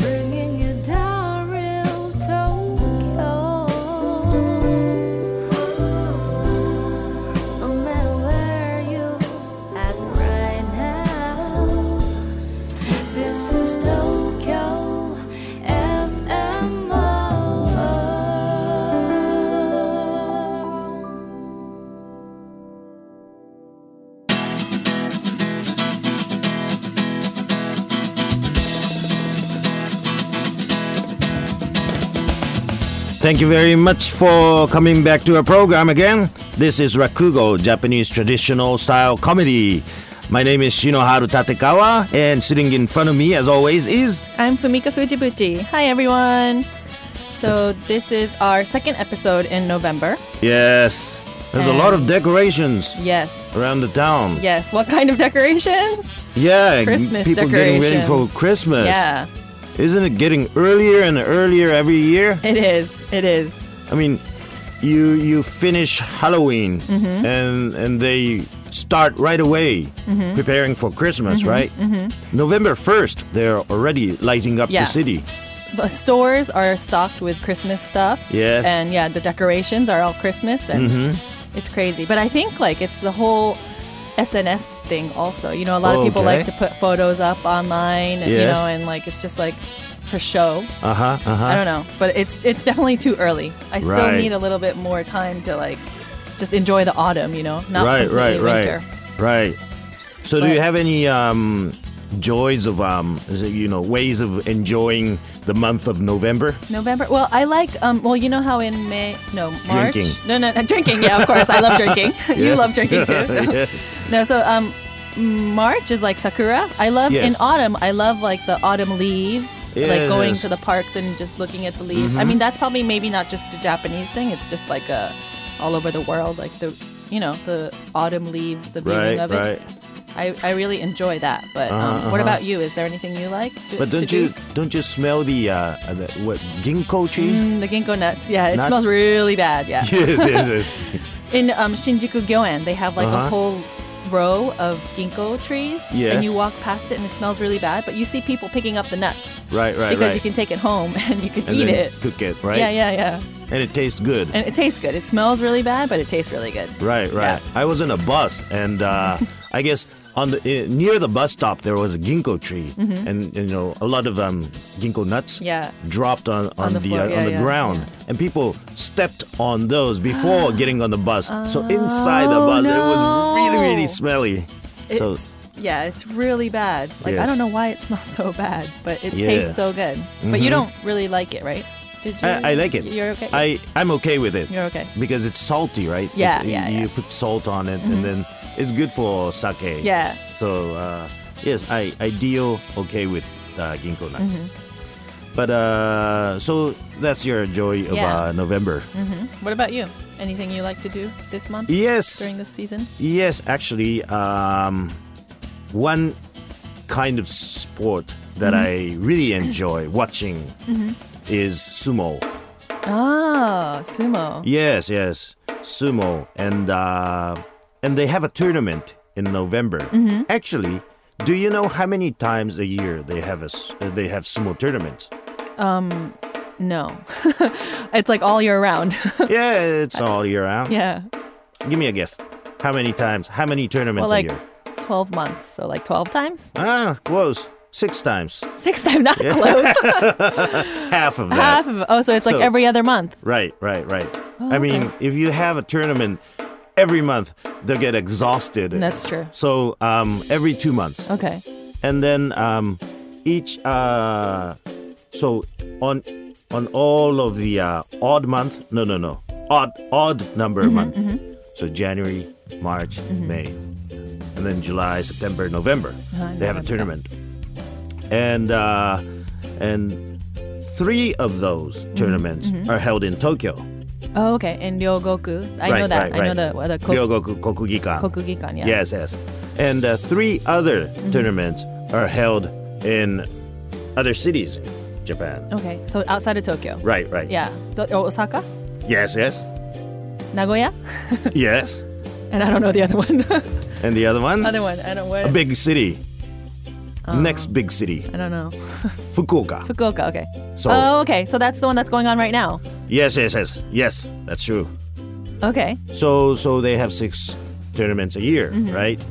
Bringing you down real Tokyo. No matter where you at right now. This is Tokyo FMO. Thank you very much for coming back to our program again. This is Rakugo, Japanese traditional style comedy. My name is Shinoharu Tatekawa, and sitting in front of me, as always, is I'm Fumika Fujibuchi. Hi, everyone. So, this is our second episode in November. yes. There's a lot of decorations Yes. around the town. Yes. What kind of decorations? Yeah, Christmas people getting ready for decorations. Christmas. Yeah, Isn't it getting earlier and earlier every year? it is. It is. I mean, you you finish Halloween Mm-hmm. and and they start right away Mm-hmm. preparing for Christmas, right? November first, they're already lighting up Yeah. the city. The stores are stocked with Christmas stuff. Yes. Mm-hmm. And yeah, the decorations are all Christmas and it's crazy. But I think like it's the whole SNS thing also. You know, a lot of people Okay. like to put photos up online and you Yes. know and like it's just like for show. Uh huh. Uh I huh. don't know, but it's it's definitely too early. I still Right. need a little bit more time to like just enjoy the autumn, you know, not Right. completely Right. Right. winter. Right. So, do you But- have any um, joys of um, is it, you know, ways of enjoying the month of November? November. Well, I like um. Well, you know how in May, no March. Drinking. No, no, no drinking. Yeah, of course. I love drinking. you Yes. love drinking too. yes. No, so um, March is like sakura. I love Yes. in autumn. I love like the autumn leaves. Like going Yes. Mm-hmm. to the parks and just looking at the leaves. I mean, that's probably maybe not just a Japanese thing. It's just like a all over the world. Like the you know the autumn leaves, the Right. beginning of Right. it. I, I really enjoy that. But um, Uh-huh, what uh-huh. about you? Is there anything you like? To, But to don't do? you don't you smell the uh, the what ginkgo tree? Mm, the ginkgo nuts. Yeah, it Nuts? smells really bad. Yeah. Yes. Yes. Yes. In um, Shinjuku Gyoen, they have like Uh-huh. a whole row of ginkgo trees, Yes. and you walk past it, and it smells really bad. But you see people picking up the nuts right. Right. because right. you can take it home and you can and eat then it. cook it, right? Yeah, yeah, yeah. And it tastes good. And it tastes good. It smells really bad, but it tastes really good. right, right. I was in a bus, and uh, I guess on the uh, near the bus stop there was a ginkgo tree, and you know a lot of um, ginkgo nuts. Mm-hmm. Yeah. Dropped on, on, the the, floor, uh, yeah, on the yeah, ground, and people stepped on those before getting on the bus. so inside the bus, it was really, really Oh, no. smelly. It's, so yeah, it's really bad. Like I Yes. don't know why it smells so bad, but it Yeah. Mm-hmm. tastes so good. But you don't really like it, right? Did you? I, I like it. You're okay. I I'm okay with it. You're okay. because it's salty, right? Yeah, It- yeah, You yeah. Mm-hmm. put salt on it, and then it's good for sake. Yeah. So uh, yes, I I deal okay with uh, ginkgo nuts. But uh, so that's your joy of Mm-hmm. Yeah. Mm-hmm. uh, November. what about you? Anything you like to do this month Yes. during this season? Yes, actually, um, one kind of sport that I Mm-hmm. really enjoy watching is sumo. Ah, sumo. Yes, yes, sumo, and uh, and they have a tournament in November. Mm-hmm. Actually, do you know how many times a year they have a s- uh, they have sumo tournaments? No. it's like all year round. yeah, it's all year round. yeah. Give me a guess. How many times? How many Well, tournaments like a year? 12 months. So, like 12 times? Ah, close. Six times. Six times, not close. Half of that. Half Oh, of Oh, so it's So- like every other month. Right, right, right. I mean, if you have a tournament every month, they'll get exhausted. That's true. So um, every two months. Okay. and then um, each uh, so on on all of the uh, odd month no no no odd odd number Mm-hmm, month so january march may and then july september november Uh-huh, they have a November. tournament and uh, and three of those Mm-hmm, tournaments are held in tokyo Oh, okay. In Ryogoku. I know that. I know the, well, the ko- Ryogoku Kokugikan. Kokugikan, yeah. Mm-hmm. Yes, yes. And uh, three other tournaments are held in other cities, in Japan. Okay. So, outside of Tokyo. Right, right. Yeah. The- oh, Osaka? Yes, yes. Nagoya? yes. And I don't know the other Oh. one. And the other one? other one. I don't know. a big city. Next big city, I don't know. Fukuoka. Fukuoka, okay. So- oh, okay. So that's the one that's going on right now. Yes, yes, yes, yes. That's true. Okay. So so they have six tournaments a year, Mm-hmm. right?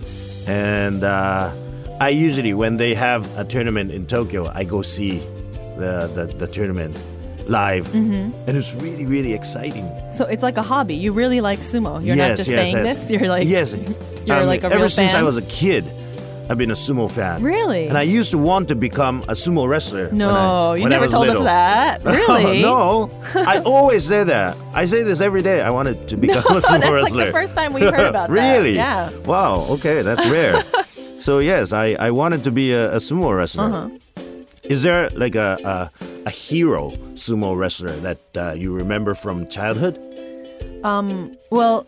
And uh, I usually when they have a tournament in Tokyo, I go see the the, the tournament live, Mm-hmm. and it's really really exciting. So it's like a hobby. You really like sumo. You're yes, not just yes, saying yes. this. You're like yes. you're like a ever real since I fan? was a kid, I've been a sumo fan. Really? And I used to want to become a sumo wrestler. when No, I- you when I never was told little. us that. Really? no, I always say that. I say this every day. I wanted to become a Oh, sumo that's wrestler. like the first time we've heard about that. really? Yeah. Wow. Okay, that's rare. so yes, I, I wanted to be a, a sumo wrestler. Uh-huh. Is there like a, a a hero sumo wrestler that uh, you remember from childhood? Well,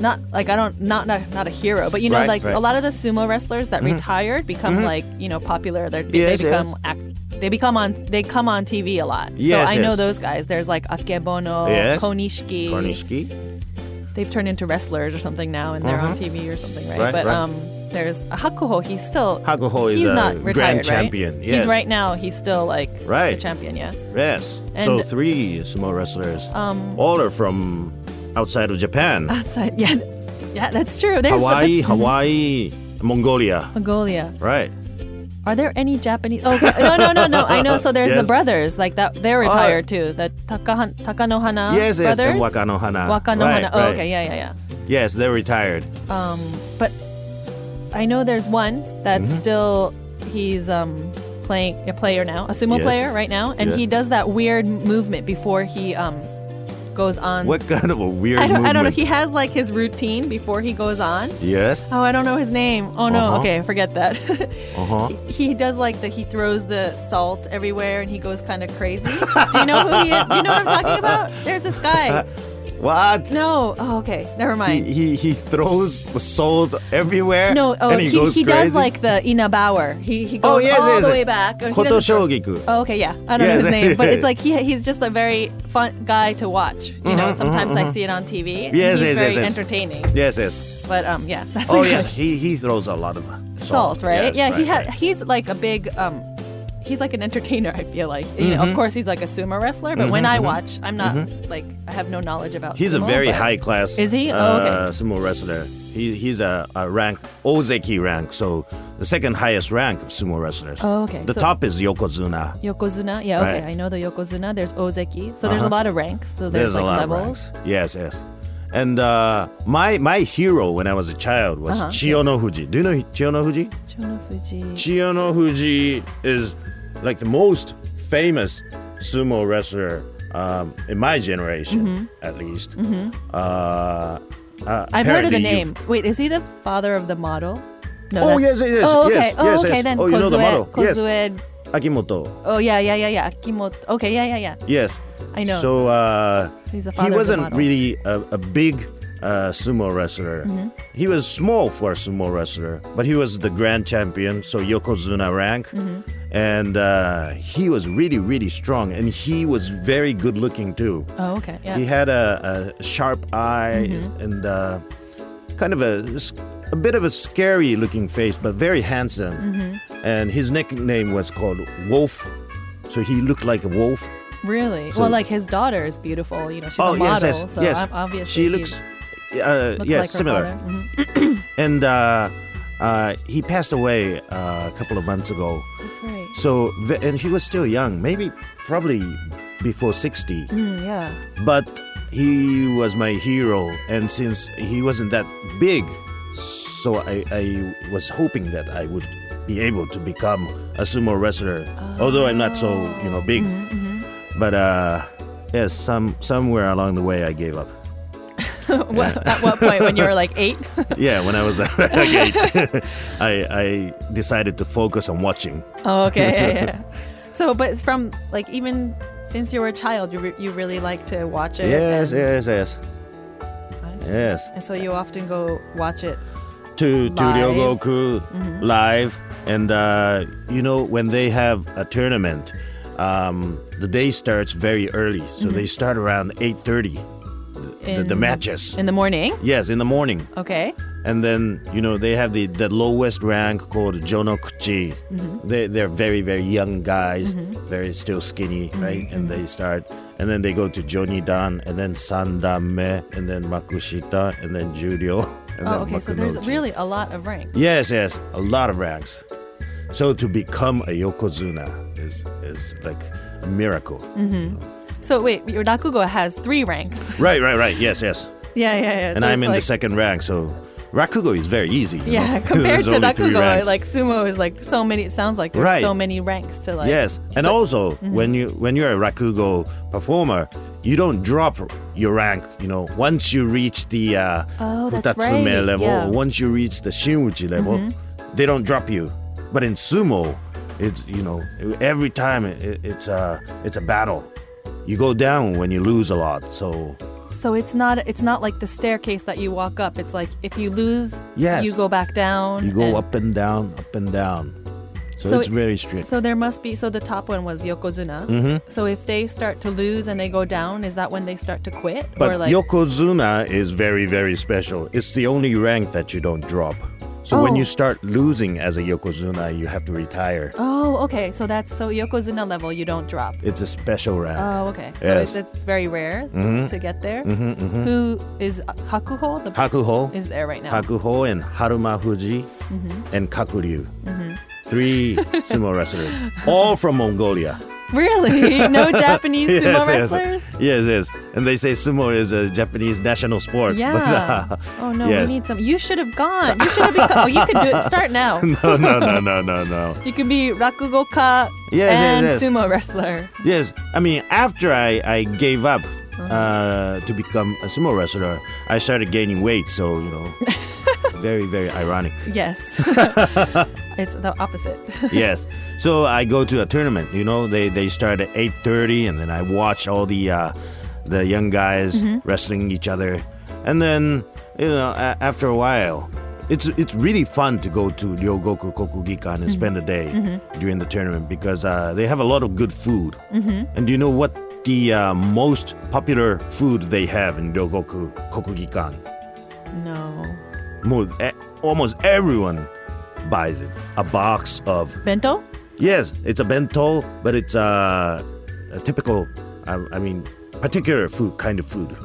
not like I don't not not, not a hero, but you know, Right, like right. Mm-hmm. a lot of the sumo wrestlers that retired become like you know popular. They're, Yes, they yes. become act, they become on they come on TV a lot. Yes, so I know yes. those guys. There's like Akebono, Yes. Konishiki. Kornishiki? They've turned into wrestlers or something now, and they're on TV or something, right? Mm-hmm. Right, but right. um, there's Hakuho. He's still Hakuho is he's a not grand retired, right? champion, yes. He's right now. He's still like Right. the champion. Yeah. Yes. so And- three sumo wrestlers. Um, all are from outside of Japan. Outside. Yeah. Yeah, that's true. There's the- Hawaii, Hawaii, Mongolia. Uh, Mongolia. Right. Are there any Japanese? Oh, okay. no, no, no, no. I know. So there's Yes. Oh. the brothers like that. They're retired too. The Takahan, Takanohana Yes, yes, uh, and brothers. Wakanohana. Right, Wakanohana. oh, right. okay. Yeah, Mm. yeah, Yes, they're retired. yeah. But I know there's one that's Mm-hmm. still he's um playing a player now, a sumo Yes. player right now, and Yeah. he does that weird movement before he um goes on. What kind of a weird I don't, movement? I don't know. He has like his routine before he goes on. Yes. Oh, I don't know his name. Oh no. Uh-huh. Okay, forget that. Uh-huh. he, he does like the he throws the salt everywhere and he goes kind of crazy. do you know who he is? Do you know what I'm talking about? There's this guy. What? No. Oh, okay. Never He, mind. he he throws the salt everywhere. No. Oh, and he, he, he, goes crazy. does like the Inabauer. He he Oh, goes yes, all yes, the yes. way back. Oh, he Koto doesn't throw- Shogiku. Oh, okay, yeah. I don't Yeah, know his name, but yeah. it's like he he's just a very fun guy to watch. You know, sometimes I see it on TV. and Mm-hmm, Yes, he's yes, very yes, yes. entertaining. Yes, yes. But um, yeah, that's Oh, okay. yes. He he throws a lot of salt, salt, right? Yes, yeah, he right, had. right. He's like a big. um He's like an entertainer. I feel like. You know, Mm-hmm. of course, he's like a sumo wrestler. But when I watch, I'm not like I have no knowledge about. He's sumo, a very but- high class. Is he? Oh, uh, okay. Sumo wrestler. He he's a, a rank Ozeki rank, so the second highest rank of sumo wrestlers. Oh, okay. The So- top is Yokozuna. Yokozuna, yeah, okay, Right. Uh-huh. I know the Yokozuna. There's Ozeki, so there's a lot of ranks. So there's, There's like a lot levels. of ranks. Yes, yes. And uh, my my hero when I was a child was Uh-huh. Chiyono Fuji. Do you know Chiyono Fuji? Chonofuji. Chiyono Fuji is like the most famous sumo wrestler um, in my generation, at least. Uh, uh, Mm-hmm. I've heard of apparently the you've- name. Wait, is he the father of the model? No, Oh, that's- yes, yes, yes, Oh, okay. yes, oh, yes, okay. yes. Then Oh, Kozue, you know the model. Yes. Kozue- Akimoto. Oh, yeah, yeah, yeah, yeah. Akimoto. Okay, yeah, yeah, yeah. Yes. I know. So, uh, he's the he father of the wasn't model. really a, a big uh, sumo wrestler. Mm-hmm. He was small for a sumo wrestler, but he was the grand champion, so Yokozuna rank. Mm-hmm. And uh, he was really, really strong, and he was very good looking too. Oh, okay. Yeah. Mm-hmm. He had a, a sharp eye and uh, kind of a, s- a bit of a scary looking face, but very handsome. Mm-hmm. And his nickname was called Wolf. So he looked like a wolf. Really? So- well, like his daughter is beautiful. You know, she's oh, a model, yes, yes, so yes. ob- obviously she he looks, uh, looks yes, like her similar. father. Mhm. And uh, uh, he passed away uh, a couple of months ago. That's right. So, ve- and he was still young, maybe probably before 60. Mm, yeah. but he was my hero and since he wasn't that big so I, I was hoping that i would be able to become a sumo wrestler although i'm not so you know big but uh yes some somewhere along the way i gave up What- At what point when you were like eight? yeah when i was okay, i i decided to focus on watching oh, okay. Yeah, yeah. So, but it's from like even since you were a child, you re- you really like to watch it. yes and, yes yes I see. yes And so you often go watch it. to to Live. Ryogoku Mm-hmm. live, and uh, you know when they have a tournament, um, the day starts very early, so they start around eight thirty. The, the Mm-hmm. in- matches, in the morning. yes, in the morning, Okay. And then, you know, they have the, the lowest rank called Jonokuchi. Mm-hmm. They, they're very, very young guys, very still skinny, right? Mm-hmm. And they start, and then they go to Jonidan, and then Sandame, and then Makushita, and then Juryo. And Oh, then okay. So there's Makunochi. really a lot of ranks. Yes, yes, a lot of ranks. So to become a yokozuna is is like a miracle. Mm-hmm. So wait, your Rakugo has three ranks. Right, right, right. Yes, yes. yeah, yeah, yeah. And So I'm it's in like- the second rank, so rakugo is very easy. you Yeah, know? compared There's to only three Rakugo, ranks. like sumo is like so many. It sounds like there's Right. so many ranks to like. yes, and so- Mm-hmm. also when you when you're a rakugo performer, you don't drop your rank. You know, once you reach the uh, Oh, that's futatsume right, level, yeah. Mm-hmm. once you reach the shinuchi level, they don't drop you. But in sumo, it's you know every time it, it- it's a it's a battle. You go down when you lose a lot. So So it's not it's not like the staircase that you walk up. It's like if you lose, Yes. you go back down. you go and- up and down, up and down. So, So it's it- very strict. So there must be. So the top one was yokozuna. Mm-hmm. So if they start to lose and they go down, is that when they start to quit? or But like Yokozuna is very, very special. It's the only rank that you don't drop. So when Oh. you start losing as a Yokozuna, you have to retire. oh, okay. So that's so yokozuna level. You don't drop. It's a special rank. Oh, okay. So Yes. Mm-hmm. it's, it's very rare to get there. Who is uh, Hakuho? The Hakuho, is Mm-hmm. there right now. Hakuho, and Haruma Fuji, and Kakuryu. Mm-hmm. Three sumo wrestlers, all from Mongolia. Really? No Japanese sumo yes, yes. wrestlers? Yes, yes. And they say sumo is a Japanese national sport. Yeah. But, oh no, yes. we need some. You should have gone. You should have become. oh, you could do it. Start now. no, no, no, no, no, no. You can be rakugoka Yes, yes, and yes. sumo wrestler. Yes, I mean after I, I gave up uh, to become a sumo wrestler, I started gaining weight. So you know, very very ironic. Yes. it's the opposite. yes. So I go to a tournament. You know, they they start at eight thirty, and then I watch all the uh, the young guys wrestling each other, and then you know a- after a while. It's, it's really fun to go to Ryogoku Kokugikan and spend a day during the tournament because uh, they have a lot of good food. And do you know what the uh, most popular food they have in Ryogoku Kokugikan? No. Most, e- almost everyone buys it. A box of Bento? Yes, it's a bento, but it's uh, a typical, I, I mean, particular food kind of food,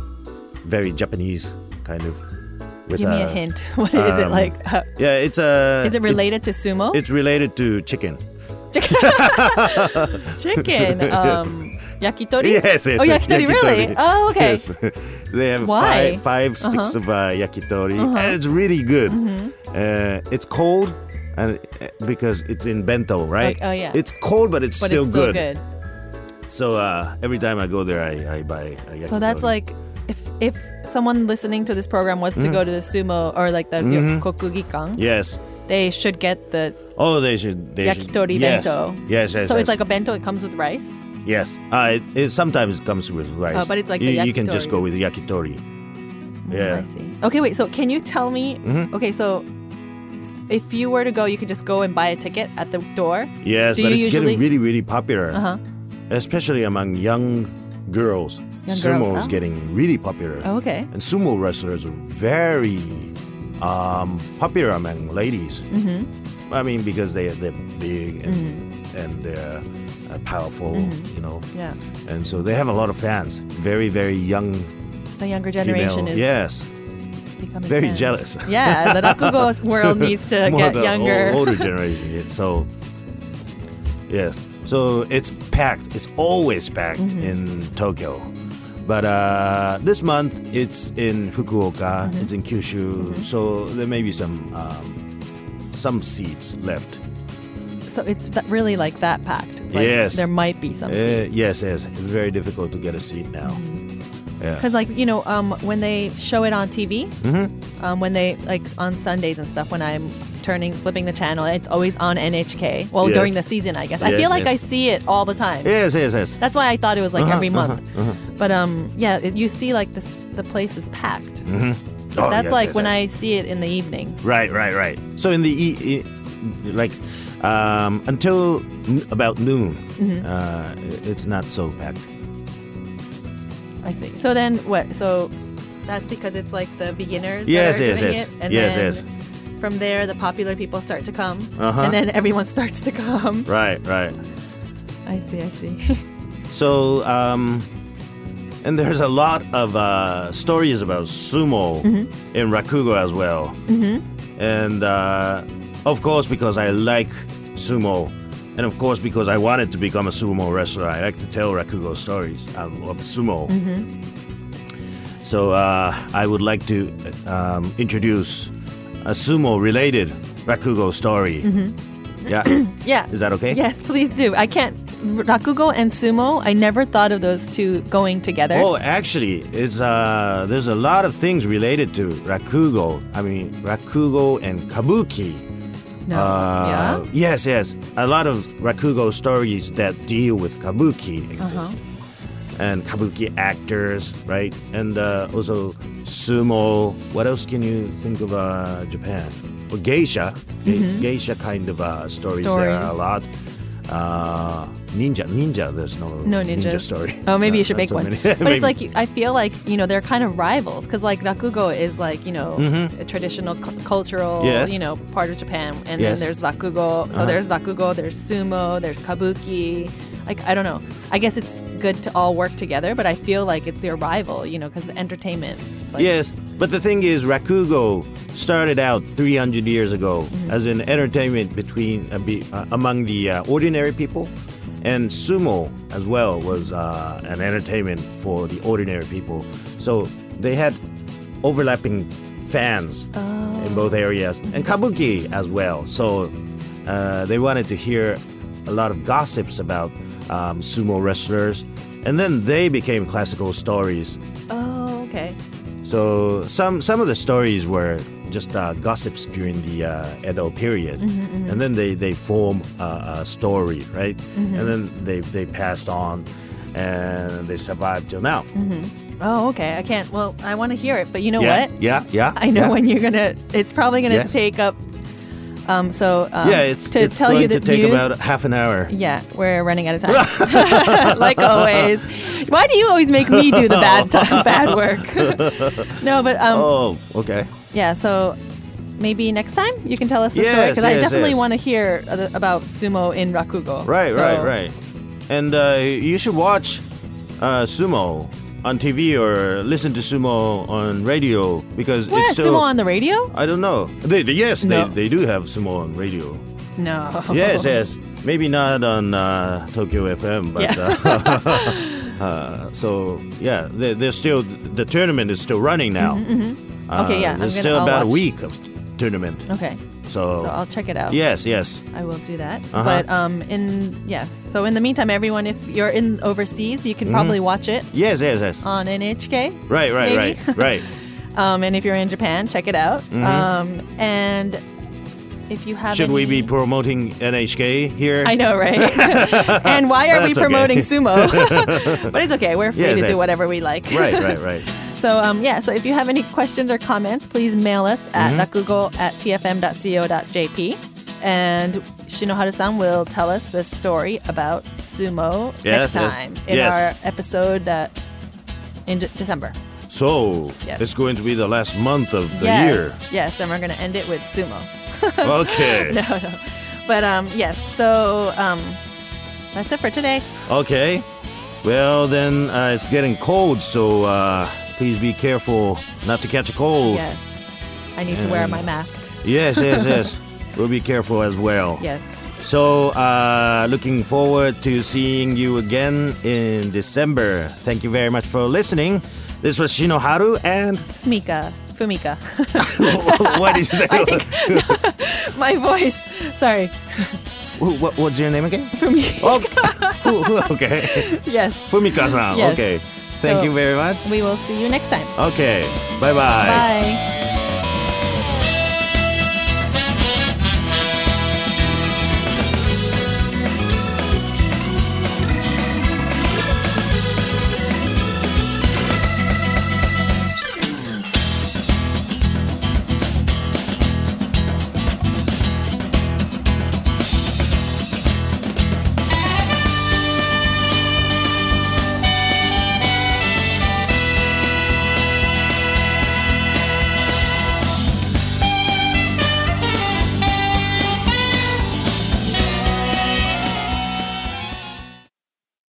very Japanese kind of. With Give me a uh, hint. What is it um, like? Uh, Yeah, it's a. is it related to sumo? it's related to chicken. Chicken. Um, yakitori? Yes, yes. Oh, yes, yakitori, really? Oh, okay. Yes. they have Why? five, Uh-huh. five sticks of uh, yakitori, and it's really good. Mm-hmm. Uh, it's cold, and uh, because it's in bento, right? Like- oh, yeah. It's cold, but it's But still it's still good. So uh, every time I go there, I, I buy. A yakitori. So that's like if if someone listening to this program wants to Mm-hmm. go to the sumo or like the mm kokugikan, Yes. they should get the Oh, they should. They Yakitori should, yes. bento. Yes, yes. so yes. it's like a bento. It comes with rice. yes. Uh, it, it sometimes comes with rice. Oh, but it's like you, the you can just go yakitori. Mm, with yakitori. I Yeah. Mm-hmm. see. Okay, wait. So can you tell me? Okay, so if you were to go, you could just go and buy a ticket at the door. Yes, Do but you it's usually- getting really, really popular, Uh huh. especially among young girls. Young sumo girls, is oh. getting really popular, Oh, okay. and sumo wrestlers are very um, popular among ladies. Mm-hmm. I mean, because they they're big and Mm-hmm. and they're uh, powerful, you know, Yeah. and so they have a lot of fans. Very, very young The younger female. generation is yes. becoming very fans. jealous. Yeah, the rakugo world needs to More get the younger. ol- older generation. yeah. So, yes. So it's packed. It's always packed Mm-hmm. in Tokyo. But uh, this month it's in Fukuoka. Mm-hmm. It's in Kyushu. So there may be some um, some seats left. So it's th- really like that packed. It's Like Yes. There might be some Uh, seats. Mm-hmm. yes, yes. It's very difficult to get a seat now. Because, like, you know, um, when they show it on TV, Mm-hmm. um, when they, like, on Sundays and stuff, when I'm turning, flipping the channel, it's always on NHK. Well, Yes. during the season, I guess. I Yes, feel like yes. Uh-huh, I see it all the time. Yes, yes, yes. That's why I thought it was like every month. But um, yeah, it, you see, like, this, the place is packed. Oh, That's yes, like yes, when yes. I see it in the evening. Right, right, right. So in the e- e- like um, until n- about noon, uh, i- it's not so packed. I see. So then what? So That's because it's like the beginners Yes, that are yes, doing yes. it, and Yes, then yes. from there the popular people start to come, Uh-huh. and then everyone starts to come. Right, right. I see, I see. So, um, and there's a lot of uh, stories about sumo in Rakugo as well. Mm-hmm. And uh, of course, because I like sumo, and of course, because I wanted to become a sumo wrestler, I like to tell Rakugo stories um, of sumo. So, uh, I would like to um, introduce a sumo related Rakugo story. Yeah. yeah. Is that okay? Yes, please do. I can't. Rakugo and sumo. I never thought of those two going together. Oh, actually, it's uh, there's a lot of things related to rakugo. I mean, rakugo and kabuki. no. Uh, Oh, yeah. Yes, yes. A lot of rakugo stories that deal with kabuki exist, Uh-huh. and kabuki actors, right? And uh, also sumo. What else can you think of uh, Japan? Well, geisha, ge- geisha kind of uh, stories, there are a Mm-hmm. lot. Stories. Uh, ninja, ninja. There's no No ninjas. ninja story. Oh, No, maybe you should not make so one. many. but Maybe. it's like you- I feel like you know they're kind of rivals because like rakugo is like you know a traditional cu- cultural Mm-hmm. Yes. you know part of Japan, and Yes. Uh-huh. then there's rakugo. So there's rakugo, there's sumo, there's kabuki. Like I don't know. I guess it's good to all work together, but I feel like it's their rival, you know, because the entertainment. It's like, Yes, but the thing is, rakugo started out 300 years ago Mm-hmm. as an entertainment between uh, be, uh, among the uh, ordinary people, and sumo as well was uh, an entertainment for the ordinary people. So they had overlapping fans Oh. in both areas, and kabuki as well. So uh, they wanted to hear a lot of gossips about um, sumo wrestlers, and then they became classical stories. Oh, okay. So some some of the stories were just uh, gossips during the uh, Edo period, Mm-hmm, and then they they form a, a story, right? Mm-hmm. And then they they passed on, and they survived till now. Oh, okay. I can't. Well, I want to hear it, but you know Yeah, what? yeah, yeah. I know yeah. when you're gonna. It's probably gonna Yes. take up. Um. So. Um, Yeah, it's to it's tell going you the to take news. about half an hour. yeah, we're running out of time. like always. Why do you always make me do the bad time, bad work? no, but um, Oh, okay. yeah. So maybe next time you can tell us the story Yes, because I yes, definitely yes. want to hear a- about sumo in rakugo. Right, So- right, right. And uh, you should watch uh, sumo on TV or listen to sumo on radio because What it's still sumo on the radio? I don't know. They, they- yes, No. they, they do have sumo on radio. No. Yes, yes. Maybe not on uh, Tokyo FM, but Yeah. uh, uh, so yeah, they, they're still the tournament is still running now. Uh, Mm-hmm, Okay, yeah, I'm there's gonna- still I'll about a watch. week of tournament. Okay. So, So I'll check it out. yes, yes, I will do that. Uh-huh. But um, in yes. So in the meantime, everyone, if you're in overseas, you can Mm-hmm. probably watch it yes, yes, yes. on NHK. right, right, Oh, maybe. right, right. Um, and if you're in Japan, check it out. Um, and if you Mm-hmm. have, Should we any- be promoting NHK here? I know, right? and why are we That's okay. promoting sumo? but it's okay. We're free Yes, to yes. do whatever we like. right, right, right. So um, yeah, so if you have any questions or comments, please mail us at Mm-hmm. rakugo at tfm.co.jp. And Shinoharu-san will tell us the story about sumo Yes, next yes, time in yes. our episode that in De- December. So Yes. it's going to be the last month of the yes, year. yes, and we're gonna end it with sumo. Okay. No, no, but um, yes. So um, that's it for today. Okay. Well, then uh, it's getting cold, so uh, please be careful not to catch a cold. Yes, I need to wear And- my mask. yes, yes. yes. we'll be careful as well. Yes. So, uh, looking forward to seeing you again in December. Thank you very much for listening. This was Shinoharu and. Mika, Fumika. what did you say? I think my voice. Sorry, Who- what, what's your name again? for me. Oh, who- who- okay. Yes. Fumika san. Yes. Okay. Thank So- you very much. We will see you next time. okay. Bye-bye. Bye.